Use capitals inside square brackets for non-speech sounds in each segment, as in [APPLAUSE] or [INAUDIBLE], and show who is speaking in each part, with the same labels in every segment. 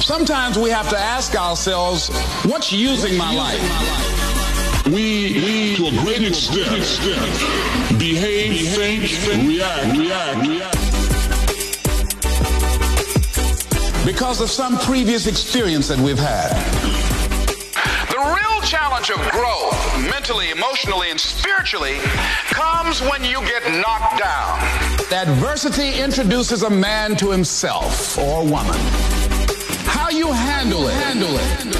Speaker 1: sometimes we have to ask ourselves, what's using my life?
Speaker 2: We, we to a great extent, behave, behave, think, react, react, react.
Speaker 1: Because of some previous experience that we've had.
Speaker 3: The real challenge of growth, mentally, emotionally, and spiritually, comes when you get knocked down.
Speaker 1: Adversity introduces a man to himself or woman. How you handle it, handle it.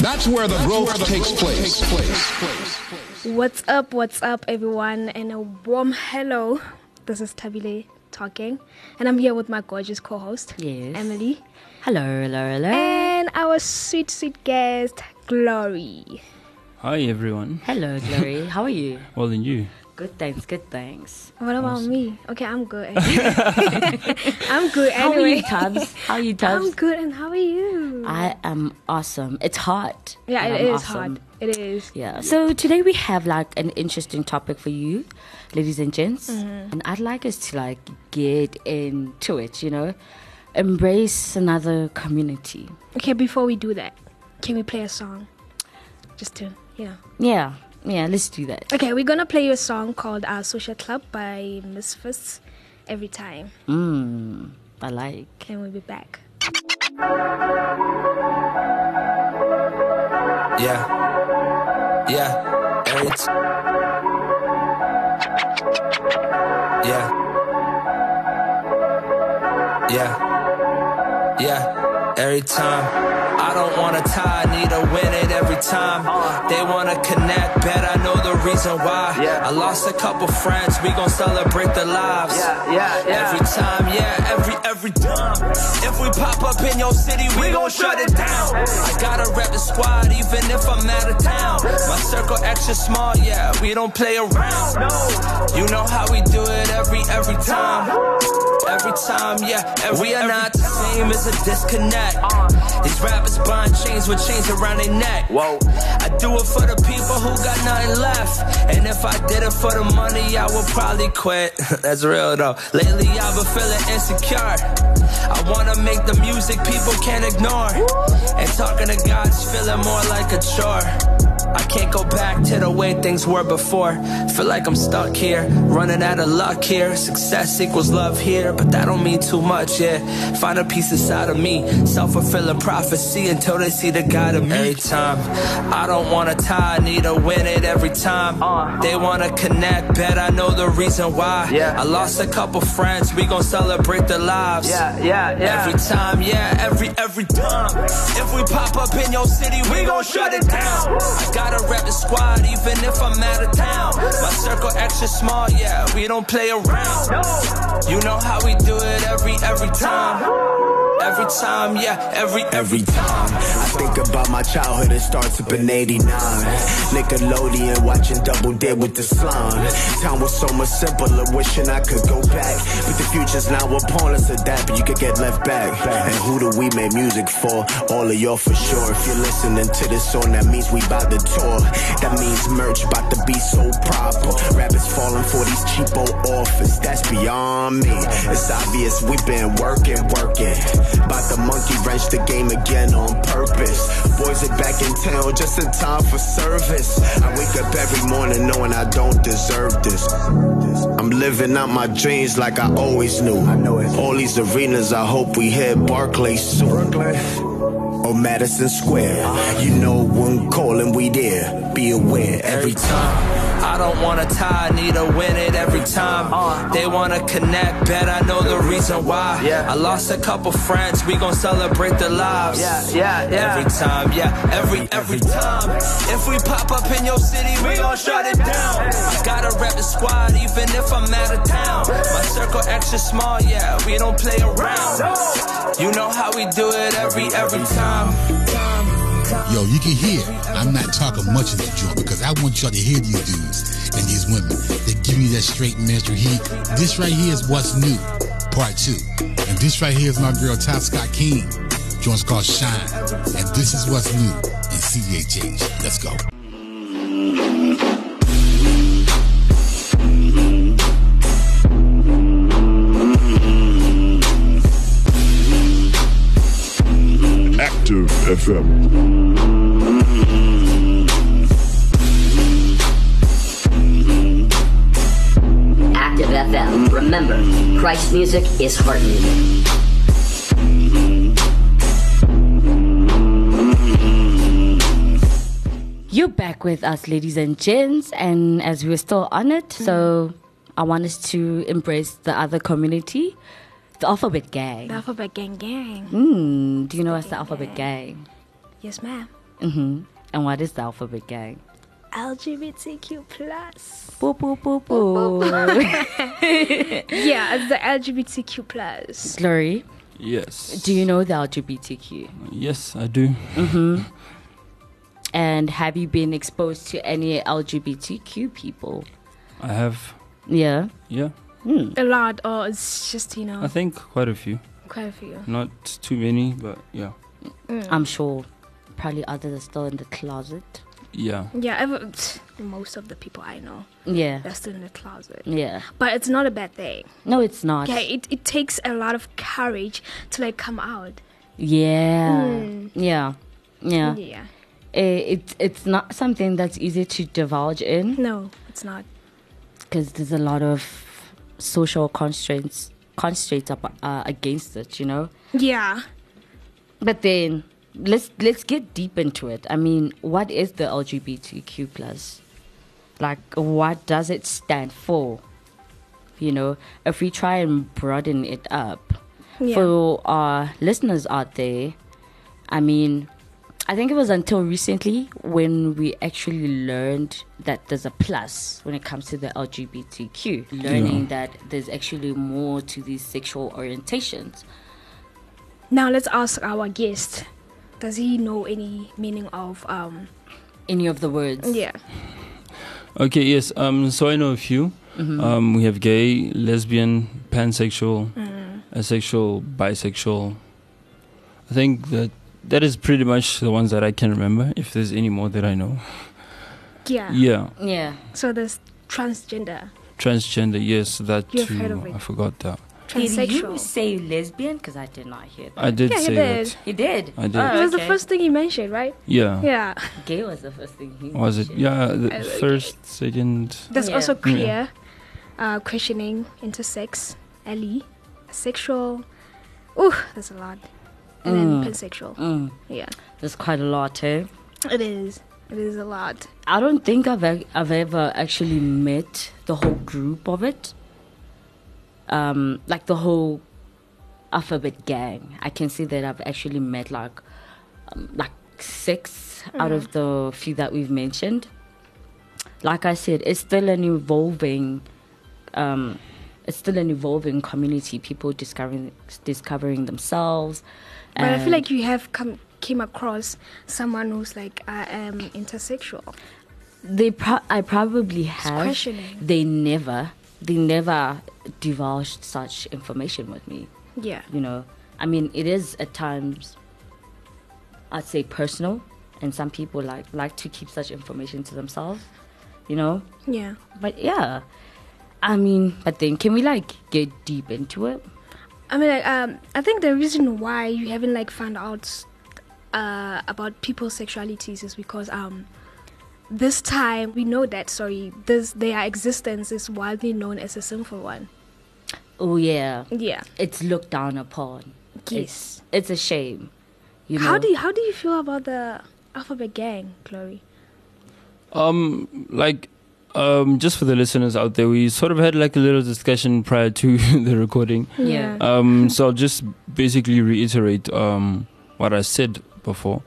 Speaker 1: That's where the That's growth, where the takes, growth place. takes place.
Speaker 4: What's up? What's up, everyone? And a warm hello. This is Tabile talking, and I'm here with my gorgeous co-host,
Speaker 5: yes.
Speaker 4: Emily.
Speaker 5: Hello, hello, hello.
Speaker 4: And our sweet, sweet guest, Glory.
Speaker 6: Hi, everyone.
Speaker 5: Hello, Glory. How are
Speaker 4: [LAUGHS]
Speaker 5: you?
Speaker 6: Well, and you?
Speaker 5: Good, thanks. Good, thanks.
Speaker 4: What about awesome. me? Okay, I'm good.
Speaker 5: [LAUGHS]
Speaker 4: I'm good. Anyway.
Speaker 5: How are you, Tubbs?
Speaker 4: [LAUGHS]
Speaker 5: How are you, Tubbs?
Speaker 4: I'm good, and how are you?
Speaker 5: I am awesome. It's hot.
Speaker 4: Yeah, it is awesome. hot. It is.
Speaker 5: Yeah. So today we have like an interesting topic for you, ladies and gents, mm-hmm. and I'd like us to like get into it. You know, embrace another community.
Speaker 4: Okay, before we do that, can we play a song? Just to you know.
Speaker 5: Yeah. Yeah, let's do that.
Speaker 4: Okay, we're gonna play you a song called Our Social Club by Misfits every time.
Speaker 5: Mmm, I like.
Speaker 4: And we'll be back.
Speaker 7: Yeah. Yeah. And it's. Yeah. Yeah. Yeah. Every time. I don't wanna tie, need to win it every time. They wanna connect, bet I know the reason why. Yeah. I lost a couple friends, we gon' celebrate their lives.
Speaker 8: Yeah, yeah, yeah.
Speaker 7: Every time, yeah, every every time. If we pop up in your city, we gon' shut it down. I gotta rep the squad, even if I'm out of town. My circle extra small, yeah, we don't play around. You know how we do it every every time. Every time, yeah, every, we are not the same. It's a disconnect. These rap rappers buying chains with chains around their neck. Whoa. I do it for the people who got nothing left. And if I did it for the money, I would probably quit. [LAUGHS] That's real though. Lately, I've been feeling insecure. I wanna make the music people can't ignore. And talking to God's feeling more like a chore. I can't go back to the way things were before. Feel like I'm stuck here, running out of luck here. Success equals love here, but that don't mean too much, yeah. Find a piece inside of me, self fulfilling prophecy until they see the God of me. Every time, I don't wanna tie, need to win it every time. Uh, they wanna connect, bet I know the reason why. Yeah, I lost a couple friends, we gon' celebrate their lives.
Speaker 8: Yeah, yeah, yeah.
Speaker 7: Every time, yeah, every, every time. If we pop up in your city, we gon' shut it down. I gotta rep the squad even if I'm out of town. My circle extra small, yeah, we don't play around. You know how we do it every every time. Every time, yeah, every, every time.
Speaker 9: I think about my childhood, it starts up in 89. Nickelodeon, watching Double Dead with the slime. Time was so much simpler, wishing I could go back. But the future's now upon us, adapt, but you could get left back. And who do we make music for? All of y'all for sure. If you're listening to this song, that means we bout to tour. That means merch bout to be so proper. Rappers falling for these cheapo offers, that's beyond me. It's obvious we've been working, working. About the monkey wrench the game again on purpose. Boys are back in town just in time for service. I wake up every morning knowing I don't deserve this. I'm living out my dreams like I always knew. All these arenas, I hope we hit Barclays Uh-huh. soon. Or Madison Square. You know when calling, we there. Be aware every time.
Speaker 7: I don't wanna tie, need to win it every time. They wanna connect, bet I know the reason why. Yeah. I lost a couple friends, we gon' celebrate their lives.
Speaker 8: Yeah, yeah, yeah.
Speaker 7: Every time, yeah, every every time. If we pop up in your city, we gon' shut it down. I gotta rep the squad, even if I'm out of town. My circle extra small, yeah, we don't play around. You know how we do it every every time.
Speaker 10: Yo, you can hear. I'm not talking much in this joint because I want y'all to hear these dudes and these women. They give you that straight ministry heat. This right here is what's new, part two. And this right here is my girl Top Scott King. Joint's called Shine. And this is what's new in CHH. Let's go.
Speaker 11: Interactive FM.
Speaker 12: Active FM. Remember, Christ music is heart music.
Speaker 5: You're back with us, ladies and gents, and as we're still on it, so I want us to embrace the other community, the Alphabet Gang.
Speaker 4: The alphabet gang gang.
Speaker 5: Mm, do you know what's the Alphabet Gang?
Speaker 4: Yes, ma'am.
Speaker 5: hmm And what is the Alphabet Gang?
Speaker 4: LGBTQ plus.
Speaker 5: Boop, boop, boop, boop.
Speaker 4: Yeah, it's the LGBTQ plus.
Speaker 5: Slurry,
Speaker 13: Yes.
Speaker 5: do you know the LGBTQ?
Speaker 13: Yes, I do.
Speaker 5: And have you been exposed to any LGBTQ people?
Speaker 13: I have.
Speaker 5: Yeah.
Speaker 13: Yeah,
Speaker 4: A lot, or it's just you
Speaker 13: [LAUGHS]
Speaker 4: know
Speaker 13: I think quite a few.
Speaker 4: quite a few.
Speaker 13: Not too many, but yeah.
Speaker 5: I'm sure probably others are still in the closet.
Speaker 13: Yeah.
Speaker 4: Yeah, ever, most of the people I know
Speaker 5: Yeah.
Speaker 4: they're still in the closet.
Speaker 5: Yeah.
Speaker 4: But it's not a bad thing.
Speaker 5: No, it's not.
Speaker 4: Yeah, it, it takes a lot of courage to like come out.
Speaker 5: Yeah. Yeah. Yeah.
Speaker 4: Yeah.
Speaker 5: Eh, It, it's not something that's easy to divulge in
Speaker 4: No, it's not.
Speaker 5: because there's a lot of social constraints constraints up, uh, against it, you know.
Speaker 4: Yeah.
Speaker 5: But then let's let's get deep into it. I mean, what is the LGBTQ plus? Like, what does it stand for? You know, if we try and broaden it up
Speaker 4: Yeah.
Speaker 5: for our listeners out there, I mean, I think it was until recently when we actually learned that there's a plus when it comes to the LGBTQ, learning that there's actually more to these sexual orientations.
Speaker 4: Now let's ask our guest. Does he know any meaning of um
Speaker 5: Any of the words?
Speaker 4: yeah.
Speaker 13: Okay, yes. Um, so I know a few.
Speaker 4: Mm-hmm.
Speaker 13: Um, we have gay, lesbian, pansexual,
Speaker 4: Mm-hmm.
Speaker 13: asexual, bisexual. I think that that is pretty much the ones that I can remember. If there's any more that I know,
Speaker 4: Yeah.
Speaker 13: yeah.
Speaker 5: Yeah.
Speaker 4: So there's transgender,
Speaker 13: Transgender, yes, that
Speaker 4: You've
Speaker 13: too.
Speaker 4: heard of it.
Speaker 13: I forgot that.
Speaker 5: Did you
Speaker 4: transsexual.
Speaker 5: say lesbian? Because I did not hear that.
Speaker 13: I did
Speaker 4: Yeah, you
Speaker 13: say
Speaker 4: did.
Speaker 13: that.
Speaker 5: You did.
Speaker 13: I did.
Speaker 5: Oh,
Speaker 4: It was the
Speaker 5: okay.
Speaker 4: first thing he mentioned, right?
Speaker 13: Yeah.
Speaker 4: Yeah.
Speaker 5: Gay was the first thing. He
Speaker 13: Was it?
Speaker 5: mentioned.
Speaker 13: Yeah. The
Speaker 4: I like
Speaker 13: first, second.
Speaker 4: There's
Speaker 5: Yeah.
Speaker 4: also queer, uh, questioning, intersex, LE, sexual. Ooh, there's a lot. And then pansexual. Yeah,
Speaker 5: There's quite a lot, eh?
Speaker 4: it is. It is a lot.
Speaker 5: I don't think I've e- I've ever actually met the whole group of it. Um, like the whole alphabet gang. I can say that I've actually met like um, like six out
Speaker 4: Mm.
Speaker 5: of the few that we've mentioned. Like I said, it's still an evolving. Um, it's still an evolving community. People discovering discovering themselves.
Speaker 4: But I feel
Speaker 5: and-
Speaker 4: like you have come came across someone who's like I am intersexual.
Speaker 5: They pro- I probably have.
Speaker 4: questioning.
Speaker 5: They never, they never divulged such information with me.
Speaker 4: Yeah,
Speaker 5: You know, I mean, it is at times, I'd say personal, and some people like like to keep such information to themselves. You know,
Speaker 4: yeah.
Speaker 5: but yeah, I mean, but then can we like get deep into it?
Speaker 4: I mean, like, um, I think the reason why you haven't like found out uh, about people's sexualities is because um, this time we know that sorry, this their existence is widely known as a sinful one.
Speaker 5: Oh yeah,
Speaker 4: Yeah.
Speaker 5: it's looked down upon.
Speaker 4: Yes.
Speaker 5: It's, it's a shame. You know?
Speaker 4: How do you, how do you feel about the Alphabet Gang, Chloe?
Speaker 13: Um, like, um, just for the listeners out there, we sort of had like a little discussion prior to [LAUGHS] the recording.
Speaker 5: Yeah.
Speaker 13: Um, so I'll just basically reiterate um, what I said before.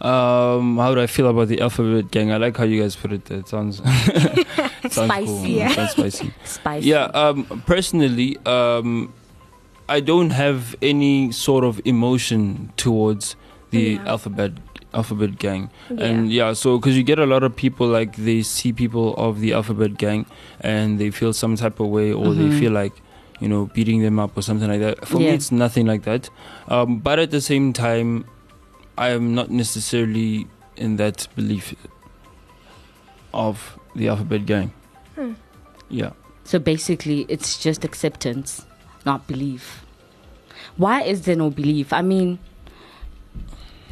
Speaker 13: Um, how do I feel about the alphabet gang? I like how you guys put it. There. It sounds, [LAUGHS] sounds Cool.
Speaker 5: Spicy.
Speaker 13: It sounds spicy.
Speaker 5: Spicy.
Speaker 13: Yeah. Um, personally, um, I don't have any sort of emotion towards the
Speaker 4: Yeah.
Speaker 13: alphabet alphabet gang,
Speaker 4: Yeah.
Speaker 13: and yeah. So because you get a lot of people like they see people of the alphabet gang and they feel some type of way, or they feel like you know beating them up or something like that. For me,
Speaker 5: Yeah.
Speaker 13: it's nothing like that. Um, but at the same time, I am not necessarily in that belief of the alphabet gang. Yeah.
Speaker 5: So basically, it's just acceptance, not belief. Why is there no belief? I mean,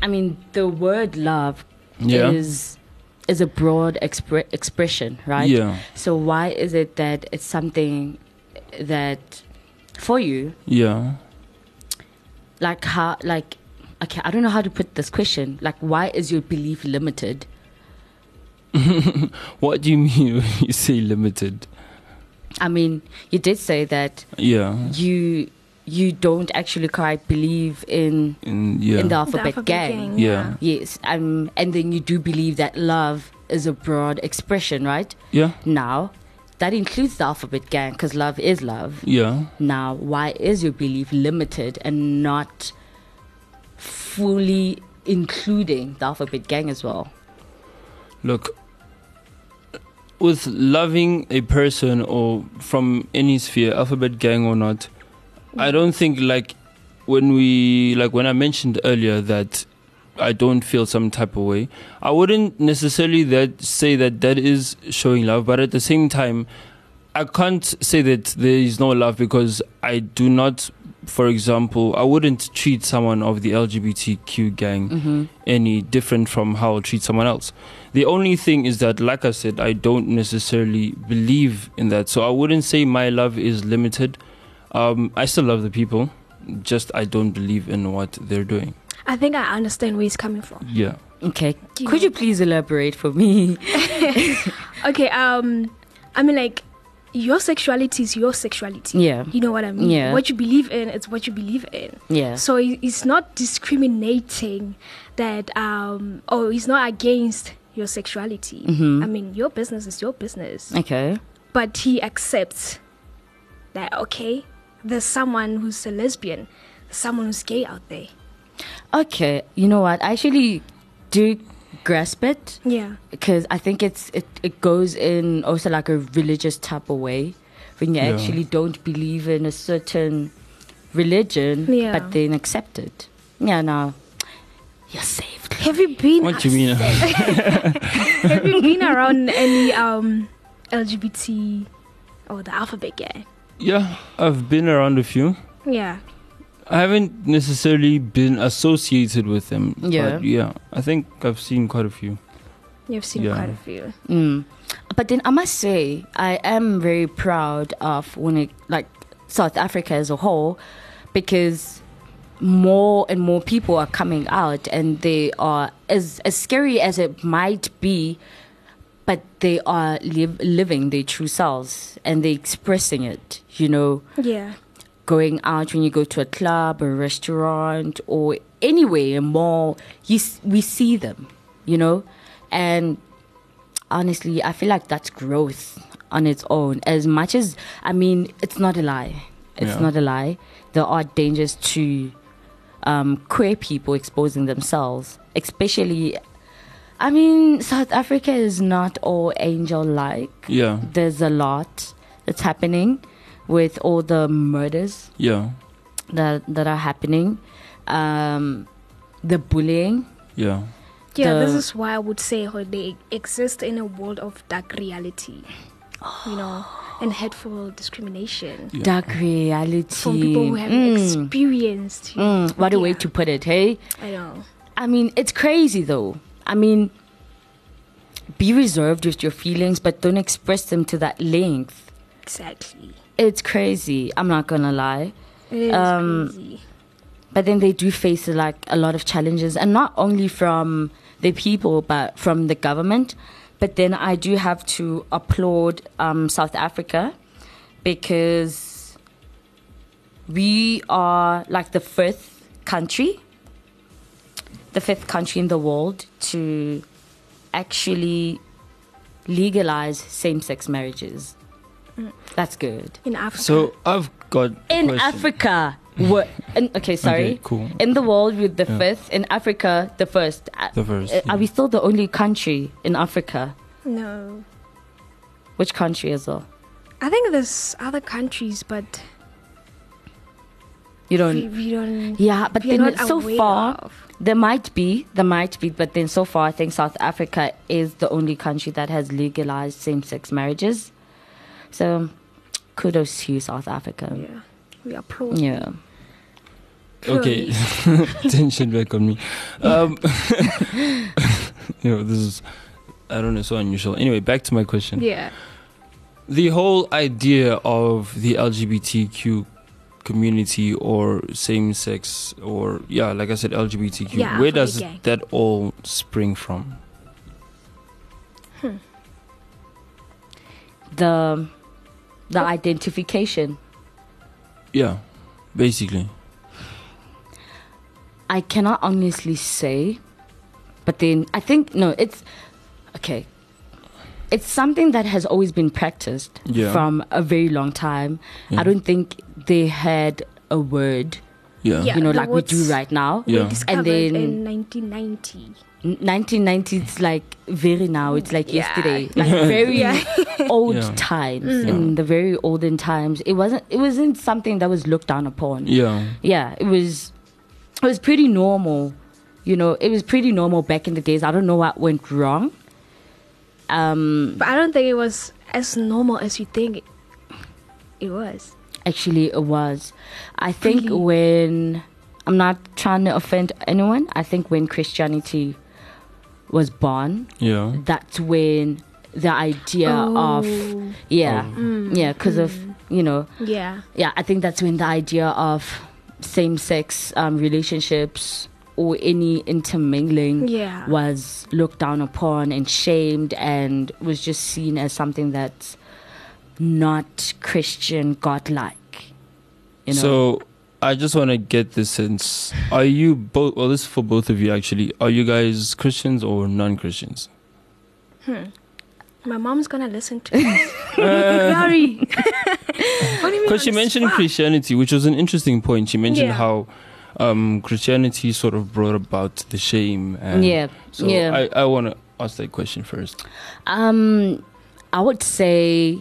Speaker 5: I mean, the word love
Speaker 13: Yeah.
Speaker 5: is is a broad expre- expression, right?
Speaker 13: Yeah.
Speaker 5: So why is it that it's something that for you,
Speaker 13: Yeah.
Speaker 5: like how, like, okay, I don't know how to put this question. Like, why is your belief limited?
Speaker 13: What do you mean [LAUGHS] when you say limited?
Speaker 5: I mean, you did say that
Speaker 13: Yeah.
Speaker 5: you you don't actually quite believe in
Speaker 13: In- yeah.
Speaker 5: in the
Speaker 13: The
Speaker 5: alphabet,
Speaker 4: alphabet
Speaker 5: gang.
Speaker 4: gang,
Speaker 13: Yeah.
Speaker 5: Yes. Um and then you do believe that love is a broad expression, right?
Speaker 13: Yeah.
Speaker 5: Now, that includes the alphabet gang cuz love is love.
Speaker 13: Yeah.
Speaker 5: Now, why is your belief limited and not fully including the alphabet gang as well?
Speaker 13: Look, with loving a person or from any sphere, alphabet gang or not, I don't think like when we like when I mentioned earlier that I don't feel some type of way. I wouldn't necessarily that say that that is showing love, but at the same time, I can't say that there is no love because I do not. For example, I wouldn't treat someone of the LGBTQ gang any different from how I treat someone else. The only thing is that, like I said, I don't necessarily believe in that. So I wouldn't say my love is limited. Um, I still love the people, just I don't believe in what they're doing.
Speaker 4: I think I understand where he's coming from.
Speaker 13: Yeah.
Speaker 5: Okay.
Speaker 4: Yeah.
Speaker 5: Could you please elaborate for me?
Speaker 4: Okay, um, I mean, like, your sexuality is your sexuality.
Speaker 5: Yeah.
Speaker 4: You know what I mean?
Speaker 5: Yeah.
Speaker 4: What you believe in, it's what you believe in.
Speaker 5: Yeah.
Speaker 4: So i- it's not discriminating that, um, or it's not against your sexuality. I mean, your business is your business.
Speaker 5: Okay.
Speaker 4: But he accepts that, okay, there's someone who's a lesbian, someone who's gay out there.
Speaker 5: Okay, you know what? I actually do grasp it
Speaker 4: Yeah.
Speaker 5: because I think it's it, it goes in also like a religious type of way when you
Speaker 13: Yeah.
Speaker 5: actually don't believe in a certain religion
Speaker 4: Yeah.
Speaker 5: but then accept it. Yeah, now you're saved.
Speaker 4: Have you been?
Speaker 13: What do you mean?
Speaker 4: Have you been around any um, LGBT or the alphabet gang?
Speaker 13: yeah, I've been around a few.
Speaker 4: Yeah.
Speaker 13: I haven't necessarily been associated with them.
Speaker 5: Yeah.
Speaker 13: But yeah, I think I've seen quite a few.
Speaker 4: You've seen
Speaker 13: Yeah.
Speaker 4: quite a few.
Speaker 5: Mm. But then I must say, I am very proud of when it like South Africa as a whole, because more and more people are coming out, and they are as as scary as it might be, but they are live, living their true selves and they're expressing it. You know,
Speaker 4: Yeah.
Speaker 5: going out when you go to a club, a restaurant, or anywhere, a mall, you, s- we see them, you know? And honestly, I feel like that's growth on its own. As much as, I mean, it's not a lie. It's
Speaker 13: Yeah.
Speaker 5: not a lie. There are dangers to um, queer people exposing themselves, especially. I mean, South Africa is not all angel like.
Speaker 13: Yeah.
Speaker 5: There's a lot that's happening with all the murders
Speaker 13: Yeah.
Speaker 5: that that are happening, um, the bullying.
Speaker 13: Yeah.
Speaker 4: Yeah, this
Speaker 5: The-
Speaker 4: is why I would say how they exist in a world of dark reality, you know, and hateful discrimination
Speaker 5: Dark reality.
Speaker 4: from people who haven't
Speaker 5: Mm,
Speaker 4: experienced. you know.
Speaker 5: mm, what a way
Speaker 4: Yeah.
Speaker 5: to put it, hey?
Speaker 4: I know.
Speaker 5: I mean, it's crazy though. I mean, be reserved with your feelings, but don't express them to that length.
Speaker 4: Exactly.
Speaker 5: It's crazy. I'm not gonna lie.
Speaker 4: It is
Speaker 5: Um,
Speaker 4: crazy.
Speaker 5: But then they do face like a lot of challenges, and not only from the people, but from the government. But then I do have to applaud um, South Africa because we are like the fifth country, the fifth country in the world to actually legalize same-sex marriages. That's good
Speaker 4: In Africa.
Speaker 13: So I've got. a
Speaker 5: in
Speaker 13: question.
Speaker 5: Africa. What? In, okay, sorry.
Speaker 13: Okay, cool.
Speaker 5: In the world, with the
Speaker 13: Yeah.
Speaker 5: fifth. In Africa, the first. Uh,
Speaker 13: The first,
Speaker 5: uh, Are we
Speaker 13: yeah.
Speaker 5: still the only country in Africa?
Speaker 4: no,
Speaker 5: Which country as well?
Speaker 4: I think there's other countries, but
Speaker 5: You don't.
Speaker 4: we, we don't.
Speaker 5: yeah, but
Speaker 4: we are
Speaker 5: then
Speaker 4: not
Speaker 5: it's so
Speaker 4: aware
Speaker 5: far.
Speaker 4: of.
Speaker 5: There might be, there might be, but then so far, I think South Africa is the only country that has legalized same-sex marriages. So, kudos to you, South Africa.
Speaker 4: Yeah, we applaud.
Speaker 5: Yeah.
Speaker 13: Okay, [LAUGHS] tension back on me. Um, [LAUGHS] you know, this is, I don't know, so unusual. Anyway, back to my question.
Speaker 4: [LAUGHS]
Speaker 5: [LAUGHS]
Speaker 4: Yeah.
Speaker 13: The whole idea of the LGBTQ community or same sex or, yeah, like I said, LGBTQ,
Speaker 4: Yeah,
Speaker 13: where
Speaker 4: for the
Speaker 13: does
Speaker 4: gay.
Speaker 13: that all spring from?
Speaker 5: the the identification.
Speaker 13: Yeah, basically.
Speaker 5: I cannot honestly say, but then I think no, it's okay. It's something that has always been practiced
Speaker 13: Yeah.
Speaker 5: from a very long time.
Speaker 13: Yeah.
Speaker 5: I don't think they had a word,
Speaker 13: Yeah.
Speaker 4: Yeah,
Speaker 5: you know,
Speaker 4: the
Speaker 5: like we do
Speaker 4: words
Speaker 5: right now.
Speaker 13: were Yeah.
Speaker 5: And
Speaker 4: Discovered
Speaker 5: then
Speaker 4: in 1990.
Speaker 5: 1990 it's like very now it's like
Speaker 4: Yeah. [LAUGHS]
Speaker 5: yesterday like very
Speaker 4: Yeah.
Speaker 5: old
Speaker 13: Yeah.
Speaker 5: times
Speaker 4: Mm.
Speaker 5: in the very olden times it wasn't it wasn't something that was looked down upon
Speaker 13: Yeah.
Speaker 5: yeah it was it was pretty normal you know it was pretty normal back in the days i don't know what went wrong um
Speaker 4: But I don't think it was as normal as you think it, it was.
Speaker 5: actually it was i think
Speaker 4: Really?
Speaker 5: when i'm not trying to offend anyone i think when christianity was born
Speaker 13: Yeah.
Speaker 5: that's when the idea
Speaker 4: Oh.
Speaker 5: of yeah
Speaker 4: Mm.
Speaker 5: yeah because of you know
Speaker 4: Yeah.
Speaker 5: yeah i think that's when the idea of same-sex um, relationships or any intermingling
Speaker 4: Yeah.
Speaker 5: was looked down upon and shamed and was just seen as something that's not christian godlike you know [LAUGHS]
Speaker 13: So I just want to get this sense. Are you both, well, this is for both of you actually. Are you guys Christians or non Christians?
Speaker 4: My mom's gonna listen
Speaker 13: [LAUGHS]
Speaker 4: to this. Sorry. what do you mean?
Speaker 13: Because she
Speaker 4: on
Speaker 13: mentioned
Speaker 4: spot?
Speaker 13: Christianity, which was an interesting point. She mentioned
Speaker 4: Yeah.
Speaker 13: how um, Christianity sort of brought about the shame. And
Speaker 5: Yeah,
Speaker 13: So
Speaker 5: yeah.
Speaker 13: I, I want to ask that question first.
Speaker 5: um i would say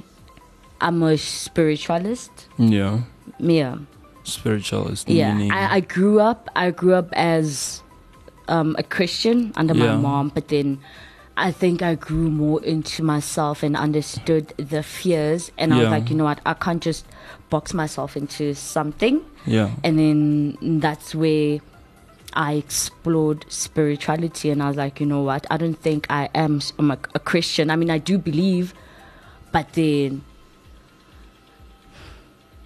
Speaker 5: i'm a spiritualist
Speaker 13: Yeah.
Speaker 5: yeah
Speaker 13: Spiritualist.
Speaker 5: yeah
Speaker 13: meaning-
Speaker 5: I, I grew up i grew up as um, a christian under my
Speaker 13: Yeah.
Speaker 5: mom but then i think i grew more into myself and understood the fears and i was
Speaker 13: Yeah.
Speaker 5: like you know what i can't just box myself into something
Speaker 13: yeah.
Speaker 5: and then that's where i explored spirituality and i was like you know what i don't think i am s- I'm a, a christian i mean i do believe but then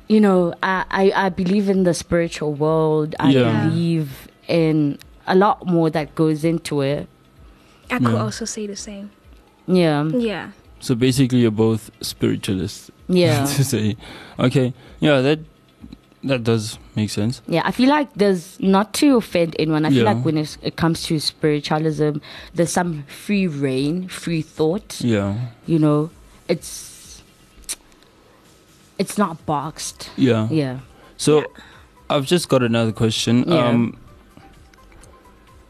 Speaker 5: you know i i, I believe in the spiritual world i
Speaker 13: Yeah. Yeah.
Speaker 5: believe in a lot more that goes into it
Speaker 4: I could
Speaker 13: Yeah.
Speaker 4: also say the same.
Speaker 5: yeah
Speaker 4: Yeah.
Speaker 13: So basically, you're both spiritualists. [LAUGHS]
Speaker 5: Yeah.
Speaker 13: to say. Okay. Yeah, that that does make sense.
Speaker 5: Yeah, I feel like there's not to offend anyone. I feel
Speaker 13: Yeah.
Speaker 5: like when it's, it comes to spiritualism, there's some free reign, free thought.
Speaker 13: Yeah.
Speaker 5: you know it's it's not boxed
Speaker 13: Yeah.
Speaker 5: yeah
Speaker 13: So I've just got another question.
Speaker 5: Yeah.
Speaker 13: Um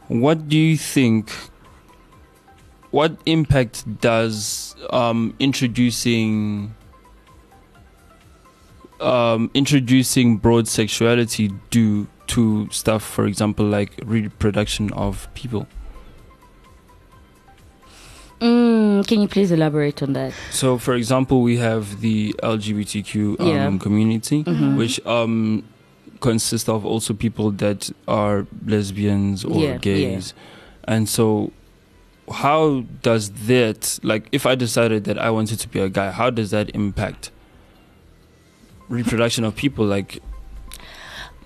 Speaker 13: what do you think what impact does um introducing um introducing broad sexuality do to stuff for example like reproduction of people
Speaker 5: mm, can you please elaborate on that
Speaker 13: So, for example, we have the LGBTQ um,
Speaker 5: Yeah.
Speaker 13: community,
Speaker 5: Mhm.
Speaker 13: which um, consists of also people that are lesbians or
Speaker 5: Yeah, yeah.
Speaker 13: gays. And so, how does that, like, if I decided that I wanted to be a guy, how does that impact reproduction of people? Like,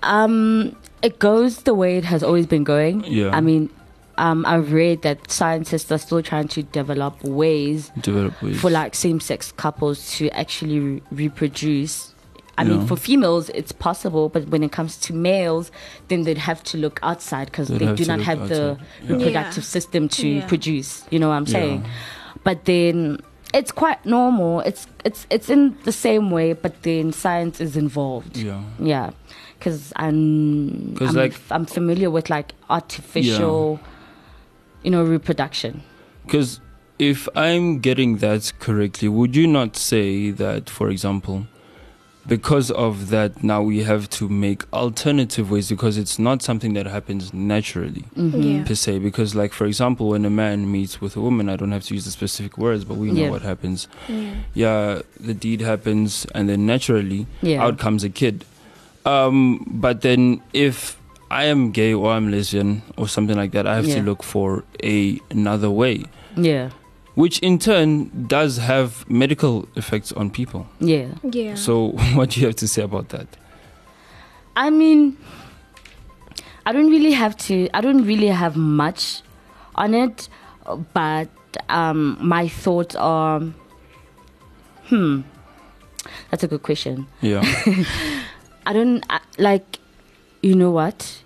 Speaker 5: um it goes the way it has always been going
Speaker 13: Yeah.
Speaker 5: i mean um i've read that scientists are still trying to develop ways
Speaker 13: develop ways?
Speaker 5: for like same-sex couples to actually re- reproduce I
Speaker 13: Yeah.
Speaker 5: mean, for females, it's possible, but when it comes to males, then they'd have to look outside because
Speaker 13: They'd
Speaker 5: they
Speaker 13: have
Speaker 5: do
Speaker 13: to
Speaker 5: not
Speaker 13: look
Speaker 5: have the
Speaker 13: outside. Yeah.
Speaker 5: reproductive
Speaker 4: Yeah.
Speaker 5: system to
Speaker 4: Yeah.
Speaker 5: produce. You know what I'm
Speaker 13: Yeah.
Speaker 5: saying? But then it's quite normal. It's it's it's in the same way, but then science is involved.
Speaker 13: Yeah.
Speaker 5: Yeah, because I'm
Speaker 13: 'Cause,
Speaker 5: I'm,
Speaker 13: like-
Speaker 5: I'm familiar with like artificial, you know, reproduction.
Speaker 13: Because if I'm getting that correctly, would you not say that, for example, because of that, now we have to make alternative ways because it's not something that happens naturally
Speaker 5: Mm,
Speaker 4: Yeah.
Speaker 13: per se? Because, like, for example, when a man meets with a woman, I don't have to use the specific words, but we know
Speaker 5: Yeah.
Speaker 13: what happens.
Speaker 4: Yeah.
Speaker 13: Yeah, the deed happens, and then naturally,
Speaker 5: Yeah.
Speaker 13: out comes a kid. Um, but then if I am gay or I'm lesbian or something like that, I have
Speaker 5: Yeah.
Speaker 13: to look for a another way,
Speaker 5: Yeah.
Speaker 13: which in turn does have medical effects on people.
Speaker 5: Yeah.
Speaker 4: Yeah.
Speaker 13: So [LAUGHS] what do you have to say about that?
Speaker 5: I mean, I don't really have to. I don't really have much on it, but um, my thoughts are, hmm, that's a good question.
Speaker 13: Yeah.
Speaker 5: I don't I, like. You know what?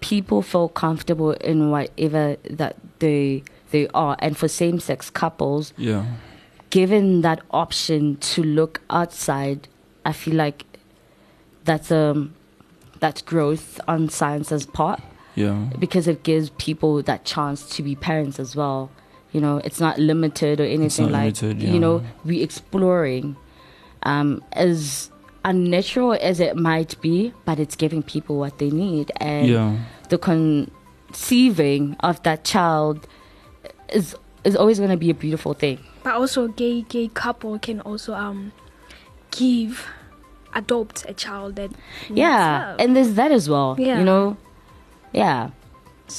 Speaker 5: People feel comfortable in whatever that they they are, and for same-sex couples,
Speaker 13: Yeah.
Speaker 5: given that option to look outside, I feel like that's um that's growth on science's part
Speaker 13: Yeah.
Speaker 5: because it gives people that chance to be parents as well. You know, it's not limited or anything
Speaker 13: not
Speaker 5: like
Speaker 13: limited, yeah.
Speaker 5: you know, we exploring um as unnatural as it might be, but it's giving people what they need and
Speaker 13: Yeah.
Speaker 5: the conceiving of that child is is always gonna be a beautiful thing.
Speaker 4: But also, a gay gay couple can also um give adopt a child that needs
Speaker 5: yeah
Speaker 4: love.
Speaker 5: and there's that as well
Speaker 4: Yeah.
Speaker 5: you know yeah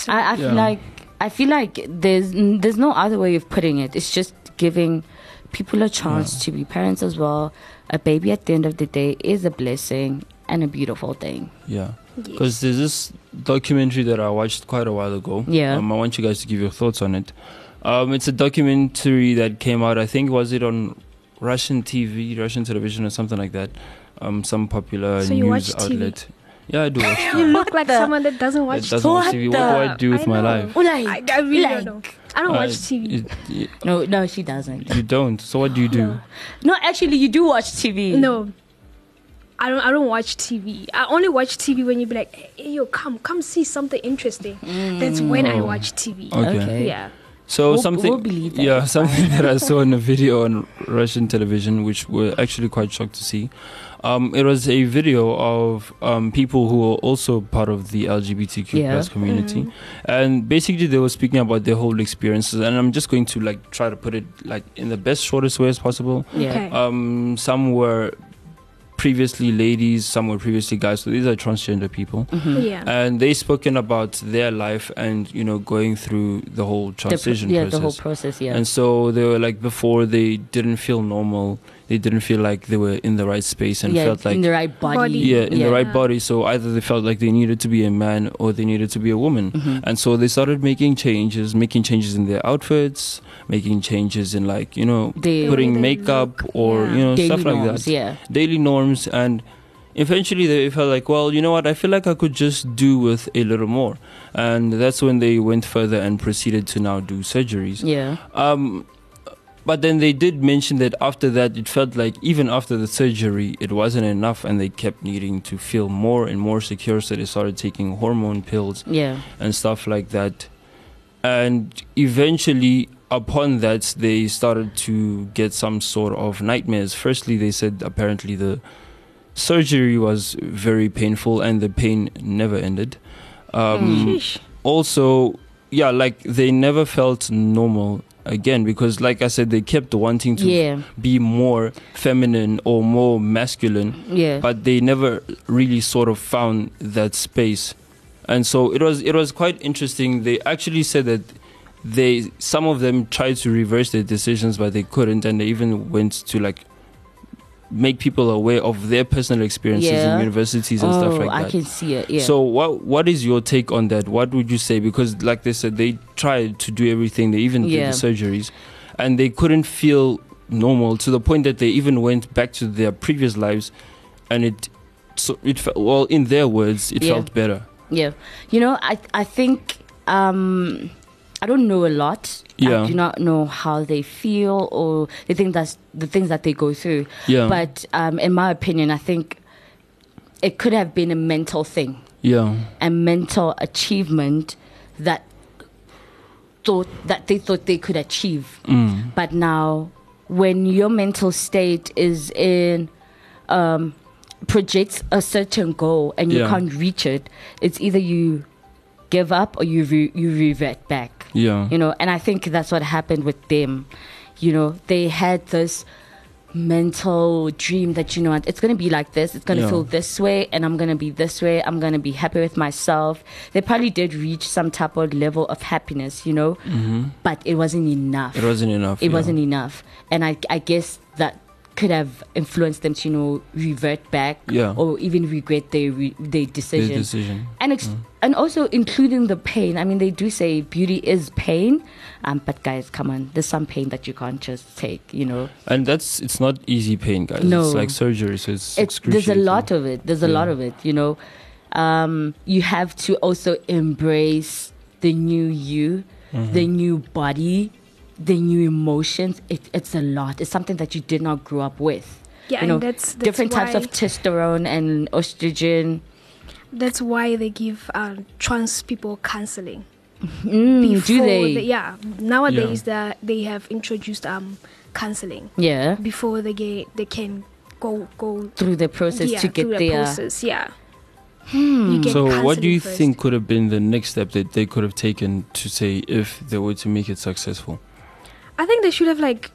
Speaker 5: i, I
Speaker 4: Yeah.
Speaker 5: feel like i feel like there's n- there's no other way of putting it it's just giving people a chance to be parents as well a baby at the end of the day is a blessing and a beautiful thing
Speaker 13: Yeah. Because there's this documentary that I watched quite a while ago.
Speaker 5: Yeah.
Speaker 13: Um, I want you guys to give your thoughts on it. Um, it's a documentary that came out, I think, was it on Russian TV, Russian television, or something like that? Um, some popular
Speaker 4: So
Speaker 13: news
Speaker 4: you watch TV?
Speaker 13: outlet. Yeah, I do
Speaker 4: [LAUGHS]
Speaker 13: watch TV.
Speaker 4: you look like someone that doesn't watch.
Speaker 13: doesn't watch TV. What do I do with my life?
Speaker 4: I, I really don't know. I don't
Speaker 13: Uh,
Speaker 4: watch TV.
Speaker 13: it- it-
Speaker 5: no no she doesn't
Speaker 13: you don't. So what do you do?
Speaker 5: no actually you do watch tv
Speaker 4: No. I don't. I don't watch TV. I only watch TV when you be like, hey, "Yo, come, come see something interesting." That's when I
Speaker 13: Oh.
Speaker 4: watch TV.
Speaker 13: Okay. Okay.
Speaker 4: Yeah.
Speaker 13: So
Speaker 4: We'll-
Speaker 13: something,
Speaker 4: we'll believe that.
Speaker 13: yeah, [LAUGHS] something that I saw in a video on Russian television, which we're actually quite shocked to see. Um, it was a video of um, people who are also part of the LGBTQ
Speaker 5: Yeah.
Speaker 4: Mm-hmm.
Speaker 13: plus community, and basically they were speaking about their whole experiences. And I'm just going to like try to put it like in the best shortest way as possible.
Speaker 5: Yeah. Okay.
Speaker 13: Um, some were previously ladies, some were previously guys. So these are transgender people,
Speaker 5: Mhm. Yeah.
Speaker 13: and they spoken about their life and you know going through the whole
Speaker 5: The pr-
Speaker 13: transition
Speaker 5: yeah,
Speaker 13: process.
Speaker 5: the whole process, yeah.
Speaker 13: And so they were like before they didn't feel normal. They didn't feel like they were in the right space and
Speaker 5: Yeah,
Speaker 13: felt
Speaker 5: in
Speaker 13: like
Speaker 5: the right body. Body.
Speaker 13: Yeah, in
Speaker 5: Yeah.
Speaker 13: the right body. So either they felt like they needed to be a man or they needed to be a woman.
Speaker 5: Mhm.
Speaker 13: And so they started making changes, making changes in their outfits, making changes in like you know
Speaker 5: They-
Speaker 13: putting
Speaker 5: They
Speaker 13: makeup or you know
Speaker 5: Daily
Speaker 13: stuff like
Speaker 5: norms,
Speaker 13: that.
Speaker 5: yeah.
Speaker 13: daily norms and. Eventually, they felt like, well, you know what? I feel like I could just do with a little more, and that's when they went further and proceeded to now do surgeries.
Speaker 5: yeah
Speaker 13: Um, but then they did mention that after that, it felt like even after the surgery, it wasn't enough, and they kept needing to feel more and more secure. So they started taking hormone pills,
Speaker 5: Yeah.
Speaker 13: and stuff like that. And eventually, upon that, they started to get some sort of nightmares. Firstly, they said apparently the surgery was very painful, and the pain never ended. Um,
Speaker 5: Mm. Sheesh.
Speaker 13: also yeah like they never felt normal again because like i said they kept wanting to
Speaker 5: Yeah.
Speaker 13: be more feminine or more masculine
Speaker 5: Yeah.
Speaker 13: but they never really sort of found that space and so it was it was quite interesting they actually said that they some of them tried to reverse their decisions but they couldn't and they even went to like make people aware of their personal experiences
Speaker 5: Yeah.
Speaker 13: in universities and stuff
Speaker 5: Oh,
Speaker 13: like
Speaker 5: I
Speaker 13: that
Speaker 5: can see it, yeah.
Speaker 13: so what what is your take on that? What would you say? Because like they said, they tried to do everything. They even
Speaker 5: Yeah.
Speaker 13: did the surgeries, and they couldn't feel normal to the point that they even went back to their previous lives, and it so it fe- well in their words it
Speaker 5: Yeah.
Speaker 13: felt better.
Speaker 5: Yeah, you know, I I think um, I don't know a lot.
Speaker 13: Yeah.
Speaker 5: I do not know how they feel or the thing that's the things that they go through.
Speaker 13: Yeah.
Speaker 5: but um, in my opinion, I think it could have been a mental thing,
Speaker 13: Yeah,
Speaker 5: a mental achievement that thought that they thought they could achieve.
Speaker 13: Mm.
Speaker 5: But now, when your mental state is in, um, projects a certain goal and you
Speaker 13: Yeah.
Speaker 5: can't reach it, it's either you give up or you re- you revert back.
Speaker 13: Yeah.
Speaker 5: You know, and I think that's what happened with them. You know, they had this mental dream that you know what, it's gonna be like this, it's gonna
Speaker 13: Yeah.
Speaker 5: feel this way, and I'm gonna be this way, I'm gonna be happy with myself. They probably did reach some type of level of happiness, you know,
Speaker 13: Mhm.
Speaker 5: but it wasn't enough.
Speaker 13: It wasn't enough,
Speaker 5: It
Speaker 13: yeah.
Speaker 5: wasn't enough, and I, I guess that could have influenced them to you know revert back,
Speaker 13: Yeah.
Speaker 5: or even regret their re- their decision.
Speaker 13: decision.
Speaker 5: And ex- and also including the pain. I mean, they do say beauty is pain, um, but guys, come on, there's some pain that you can't just take. You know,
Speaker 13: And that's it's not easy pain, guys.
Speaker 5: No.
Speaker 13: It's like surgery, so it's,
Speaker 5: it's there's a
Speaker 13: excruciating.
Speaker 5: lot of it. There's a lot
Speaker 13: Yeah.
Speaker 5: of it. You know, um, you have to also embrace the new you, the
Speaker 13: Mm-hmm.
Speaker 5: new body, the new emotions. It, it's a lot. It's something that you did not grow up with.
Speaker 4: Yeah,
Speaker 5: you know,
Speaker 4: and that's- that's
Speaker 5: different types
Speaker 4: why-
Speaker 5: of testosterone and estrogen.
Speaker 4: That's why they give uh, trans people counseling.
Speaker 5: Mm, do they?
Speaker 4: yeah. Nowadays, that they have introduced um counseling.
Speaker 5: Yeah.
Speaker 4: Before they get, they can go go
Speaker 5: Through the process
Speaker 4: yeah,
Speaker 5: to get
Speaker 4: through The
Speaker 5: there.
Speaker 4: process, yeah.
Speaker 5: Hmm.
Speaker 4: You get
Speaker 13: So, what
Speaker 4: counseling
Speaker 13: do you
Speaker 4: first.
Speaker 13: think could have been the next step that they could have taken to say if they were to make it successful?
Speaker 4: I think they should have like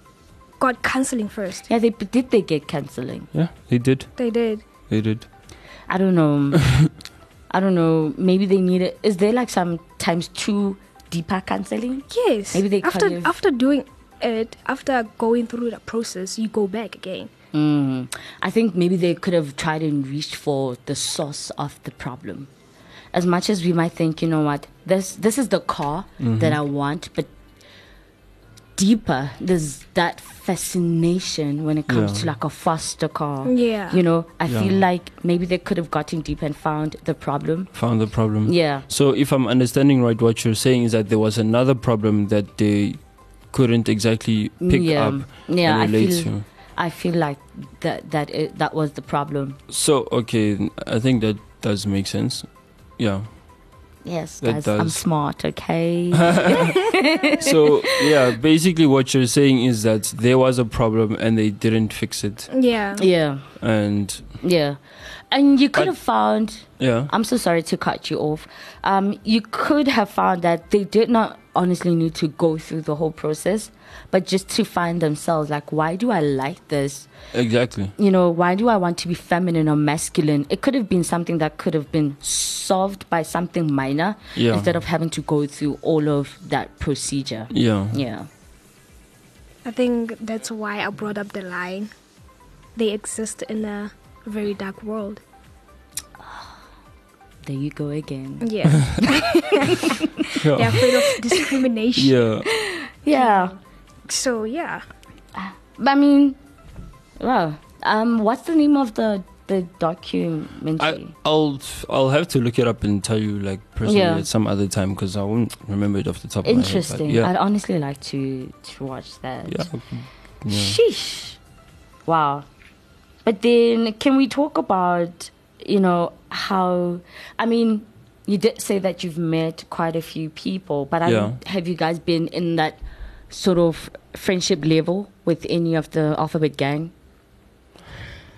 Speaker 4: got counseling first.
Speaker 5: Yeah, they did. They get counseling.
Speaker 13: Yeah, they did.
Speaker 4: They did.
Speaker 13: They did.
Speaker 5: I don't
Speaker 13: [LAUGHS]
Speaker 5: know. I don't know. Maybe they need it. Is there like sometimes too deeper counseling?
Speaker 4: Yes.
Speaker 5: Maybe they
Speaker 4: after
Speaker 5: kind of-
Speaker 4: after doing it, after going through the process, you go back again.
Speaker 5: Mm. I think maybe they could have tried and reached for the source of the problem. As much as we might think, you know what, this this is the car
Speaker 13: Mhm.
Speaker 5: that I want, but deeper there's that fascination when it comes
Speaker 13: Yeah.
Speaker 5: to like a faster car.
Speaker 13: Yeah.
Speaker 5: You know, I
Speaker 13: Yeah.
Speaker 5: feel like maybe they could have gotten deep and found the problem.
Speaker 13: Found the problem.
Speaker 5: Yeah.
Speaker 13: So, if I'm understanding right, what you're saying is that there was another problem that they couldn't exactly pick
Speaker 5: yeah.
Speaker 13: up
Speaker 5: Yeah,
Speaker 13: and relate
Speaker 5: I feel,
Speaker 13: to.
Speaker 5: I feel like that that i that was the problem.
Speaker 13: So, okay, I think that does make sense.
Speaker 5: [LAUGHS]
Speaker 13: Yeah.
Speaker 5: Yes,
Speaker 13: That
Speaker 5: guys, I'm
Speaker 13: does.
Speaker 5: smart.
Speaker 13: [LAUGHS]
Speaker 5: Okay.
Speaker 13: so yeah, basically what you're saying is that there was a problem and they didn't fix it.
Speaker 4: Yeah.
Speaker 5: Yeah.
Speaker 13: And
Speaker 5: Yeah, and you could have found.
Speaker 13: yeah.
Speaker 5: I'm so sorry to cut you off. Um, you could have found that they did not honestly need to go through the whole process, but just to find themselves like, why do I like this?
Speaker 13: Exactly.
Speaker 5: You know, why do I want to be feminine or masculine? It could have been something that could have been solved by something minor
Speaker 13: Yeah.
Speaker 5: instead of having to go through all of that procedure.
Speaker 13: Yeah.
Speaker 5: Yeah.
Speaker 4: I think that's why I brought up the line. They exist in a very dark world.
Speaker 5: There you go again.
Speaker 4: Yeah.
Speaker 5: [LAUGHS]
Speaker 4: They're afraid of discrimination.
Speaker 13: Yeah.
Speaker 5: Yeah.
Speaker 4: So yeah.
Speaker 5: But I mean, wow. Um, what's the name of the the documentary?
Speaker 13: I, I'll I'll have to look it up and tell you like personally
Speaker 5: Yeah.
Speaker 13: at some other time because I won't remember it off the top of my head. but
Speaker 5: Interesting. I'd
Speaker 13: Yeah.
Speaker 5: honestly like to to watch that.
Speaker 13: Yeah. yeah.
Speaker 5: Sheesh. Wow. But then, can we talk about you know how? I mean, you did say that you've met quite a few people, but I don't, have you guys been in that sort of friendship level with any of the Alphabet Gang?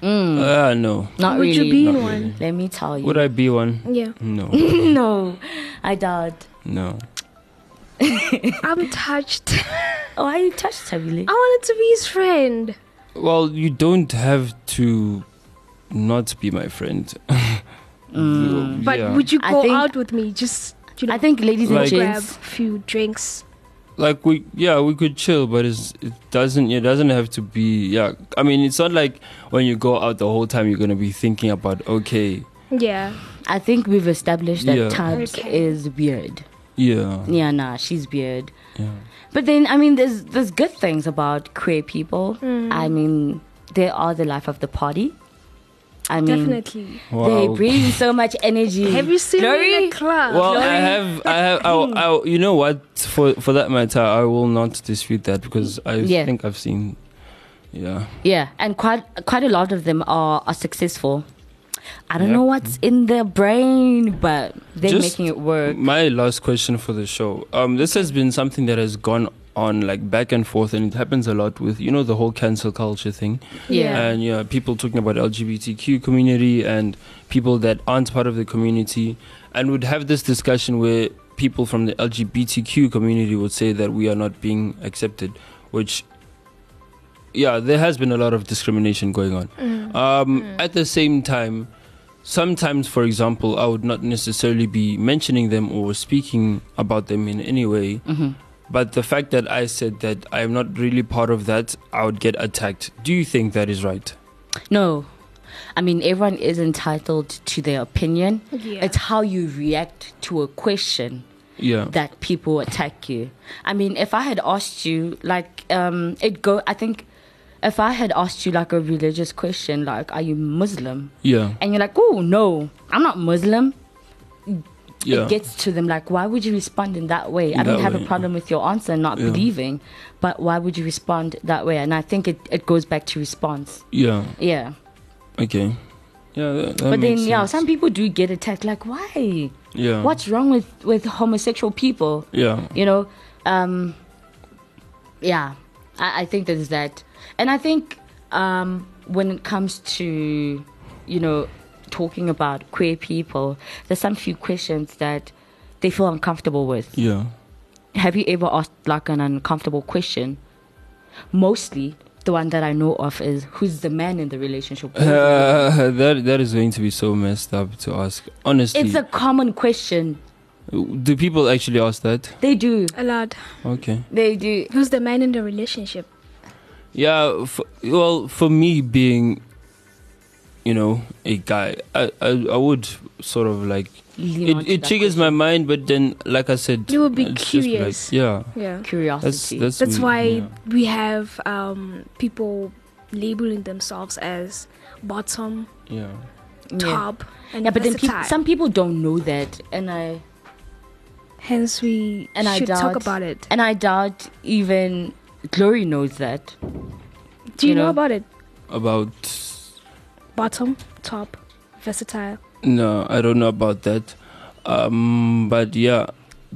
Speaker 5: Mm.
Speaker 13: Uh, no.
Speaker 5: Not
Speaker 13: Would you
Speaker 5: really.
Speaker 13: be in Not one? really.
Speaker 5: Let me tell you.
Speaker 13: Would I be one?
Speaker 4: Yeah.
Speaker 13: No.
Speaker 5: [LAUGHS] no, I doubt.
Speaker 13: No.
Speaker 4: I'm touched.
Speaker 5: Why Oh, are you touched, Tabile?
Speaker 4: I wanted to be his friend.
Speaker 13: Well, you don't have to not be my friend. [LAUGHS]
Speaker 4: Mm. But
Speaker 13: Yeah.
Speaker 4: would you
Speaker 5: I
Speaker 4: go
Speaker 5: think-
Speaker 4: out with me? Just you know. I
Speaker 5: think ladies
Speaker 13: and Like-
Speaker 4: grab
Speaker 13: gents-
Speaker 4: a few drinks.
Speaker 13: like we yeah we could chill but it's, it doesn't it doesn't have to be yeah i mean it's not like when you go out the whole time you're gonna be thinking about okay
Speaker 4: Yeah.
Speaker 5: I think we've established that
Speaker 13: Yeah.
Speaker 5: Tabs
Speaker 4: Okay.
Speaker 5: is weird.
Speaker 13: yeah
Speaker 5: Yeah, nah, she's weird.
Speaker 13: Yeah.
Speaker 5: But then, I mean, there's there's good things about queer people.
Speaker 4: Mm.
Speaker 5: I mean, they are the life of the party. I mean,
Speaker 4: Definitely.
Speaker 5: they
Speaker 13: Wow.
Speaker 5: bring so much energy.
Speaker 4: [LAUGHS] Have you seen me in
Speaker 5: Glory?
Speaker 4: the club?
Speaker 13: well i have i have I, I, you know what for for that matter i will not dispute that because i
Speaker 5: Yeah.
Speaker 13: think i've seen yeah
Speaker 5: Yeah, and quite quite a lot of them are are successful. I don't
Speaker 13: Yeah.
Speaker 5: know what's in their brain, but they're making it work.
Speaker 13: my last question for the show um this has been something that has gone on like back and forth and it happens a lot with you know the whole cancel culture thing
Speaker 5: Yeah.
Speaker 13: and yeah people talking about lgbtq community and people that aren't part of the community and would have this discussion where people from the lgbtq community would say that we are not being accepted which yeah, there has been a lot of discrimination going on.
Speaker 2: Mm.
Speaker 13: Um, At the same time, sometimes, for example, I would not necessarily be mentioning them or speaking about them in any way.
Speaker 5: Mhm.
Speaker 13: But the fact that I said that I am not really part of that, I would get attacked. Do you think that is right?
Speaker 5: No. I mean, everyone is entitled to their opinion.
Speaker 4: Yeah.
Speaker 5: It's how you react to a question
Speaker 13: Yeah.
Speaker 5: that people attack you. I mean, if I had asked you, like, um, it go, I think if I had asked you, like, a religious question, like, are you Muslim?
Speaker 13: Yeah.
Speaker 5: And you're like, oh, no, I'm not Muslim.
Speaker 13: Yeah.
Speaker 5: It gets to them like, why would you respond in that way? I
Speaker 13: In
Speaker 5: don't
Speaker 13: that
Speaker 5: have
Speaker 13: way,
Speaker 5: a problem with your answer, not
Speaker 13: Yeah.
Speaker 5: believing, but why would you respond that way? And I think it, it goes back to response.
Speaker 13: Yeah.
Speaker 5: Yeah.
Speaker 13: Okay. Yeah. That, that
Speaker 5: but then,
Speaker 13: makes
Speaker 5: yeah,
Speaker 13: sense.
Speaker 5: some people do get attacked. Like, why?
Speaker 13: Yeah.
Speaker 5: What's wrong with with homosexual people?
Speaker 13: Yeah.
Speaker 5: You know, um, yeah, I, I think there's that, and I think um, when it comes to, you know, talking about queer people, there's some few questions that they feel uncomfortable with.
Speaker 13: Yeah.
Speaker 5: [LAUGHS] Have you ever asked like an uncomfortable question? Mostly, the one that I know of is who's the man in the relationship?
Speaker 13: Uh, [LAUGHS] that that is going to be so messed up to ask. Honestly,
Speaker 5: It's a common question.
Speaker 13: do people actually ask that?
Speaker 5: They do.
Speaker 4: A lot.
Speaker 13: Okay.
Speaker 5: They do.
Speaker 4: Who's the man in the relationship?
Speaker 13: Yeah. For, well, for me being, you know, a guy, I I, I would sort of like
Speaker 5: Lean
Speaker 13: it,
Speaker 5: onto
Speaker 13: it
Speaker 5: that
Speaker 13: triggers my mind, but then like I said,
Speaker 4: You would be
Speaker 13: it's just like,
Speaker 4: curious.
Speaker 13: yeah.
Speaker 4: Yeah.
Speaker 5: Curiosity.
Speaker 13: That's- that's weird,
Speaker 4: why
Speaker 13: yeah.
Speaker 4: we have um, people labeling themselves as bottom,
Speaker 13: Yeah.
Speaker 4: top, and
Speaker 5: yeah, but then peop
Speaker 4: versatile.
Speaker 5: some people don't know that, and I
Speaker 4: hence we
Speaker 5: and I
Speaker 4: should
Speaker 5: doubt,
Speaker 4: talk about it.
Speaker 5: And I doubt even Glory knows that.
Speaker 4: Do you know about it?
Speaker 13: About
Speaker 4: Bottom, top, versatile.
Speaker 13: no, I don't know about that. Um, but yeah,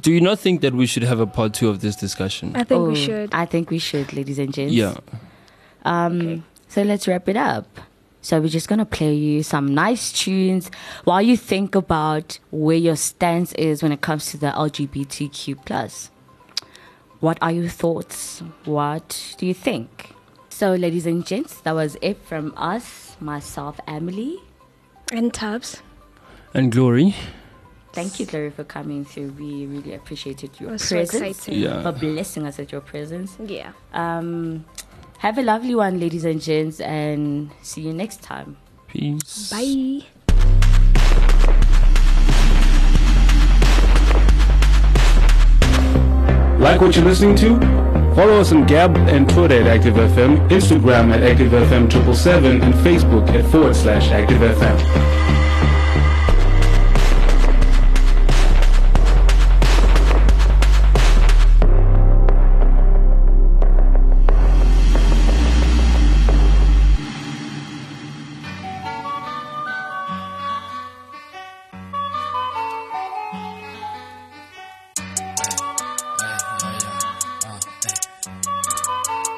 Speaker 13: do you not think that we should have a part two of this discussion?
Speaker 4: I think we should.
Speaker 5: Oh, I think we should, ladies and gents.
Speaker 13: Yeah.
Speaker 5: Um. So let's wrap it up. So we're just gonna play you some nice tunes while you think about where your stance is when it comes to the LGBTQ plus. What are your thoughts? What do you think? So, ladies and gents, that was it from us, myself, Emily.
Speaker 4: And Tubbs.
Speaker 13: And glory.
Speaker 5: Thank you, Glory, for coming through. We really appreciated your
Speaker 4: It was so
Speaker 5: presence.
Speaker 4: exciting.
Speaker 13: Yeah.
Speaker 5: For blessing us at your presence.
Speaker 4: Yeah.
Speaker 5: Um, have a lovely one, ladies and gents, and see you next time.
Speaker 13: Peace.
Speaker 4: Bye.
Speaker 11: Like what you're listening to? Follow us on Gab and Twitter at Active FM, Instagram at Active FM 777, and Facebook at forward slash Active FM.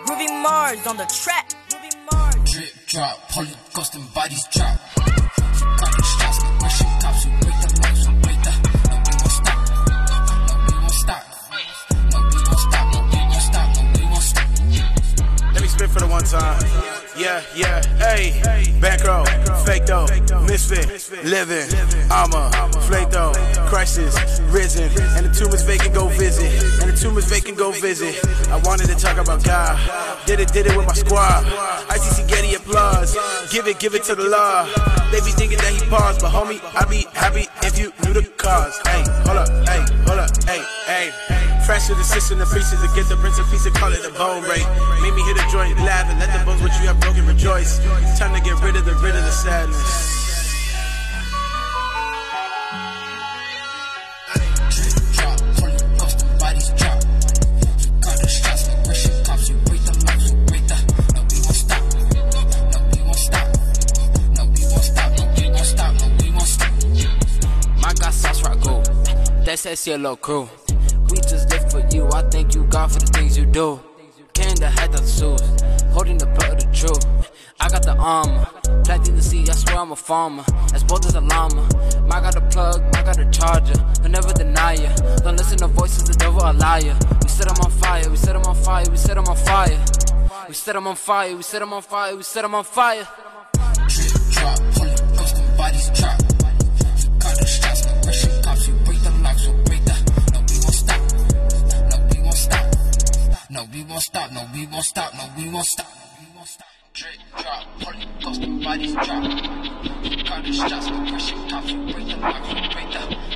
Speaker 14: Ruby Mars on the track. Ruby
Speaker 15: Drip drop, holy ghost and bodies drop. She got the shots, the Russian cops who break the locks, who break the. No, we won't stop. No, we won't stop. No, we won't stop. No, we won't stop. No, we won't stop.
Speaker 16: Let me spit for the one time. Yeah, yeah, hey. Back row, fake though, misfit, living. I'm a flake though, crisis, risen. And the tomb is vacant, go visit. And the tomb is vacant, go visit. I wanted to talk about God. Did it, did it with my squad. ICC Getty applause. Give it, give it to the law. They be thinking that he paused, but homie, I'd be happy if you knew the cause. Hey, hold up, hey, hold up, hey, hey. Fresh to the system, the features to get the prince a piece and call it a bone break. Made me hit a joint, laugh and let the bones which you have broken rejoice. Time to get rid of the rid of the sadness.
Speaker 15: Drip drop, holy ghost and bodies drop. She got the shots, the Russian cops who break the locks, who break the. No, we won't stop. No, we won't stop. No, we won't stop. No, we won't stop. No, we won't stop. My God, sauce rock gold. That's that CLO crew. We just live for you. I thank you, God, for the things you do. Carrying the hat of the Zeus, holding the blood of the truth. I got the armor, planting the seed. I swear I'm a farmer, as bold as a llama. My got a plug, my got a charger. They'll never deny ya. Don't listen to voices, the devil a liar. We set 'em on fire, we set 'em on fire, we set 'em on fire.
Speaker 7: We set them on fire, we set them on fire, we set them on fire.
Speaker 17: drop, pull up, post them bodies drop. You got the shots, the pressure pops, you break the locks, so break the. No, we won't stop. No, we won't stop. No, we won't stop. No, we won't stop. No, we won't stop. No, we won't stop. Drip, drop, pull up, post them bodies drop. You got the shots, the pressure pops, you break the locks, so break the.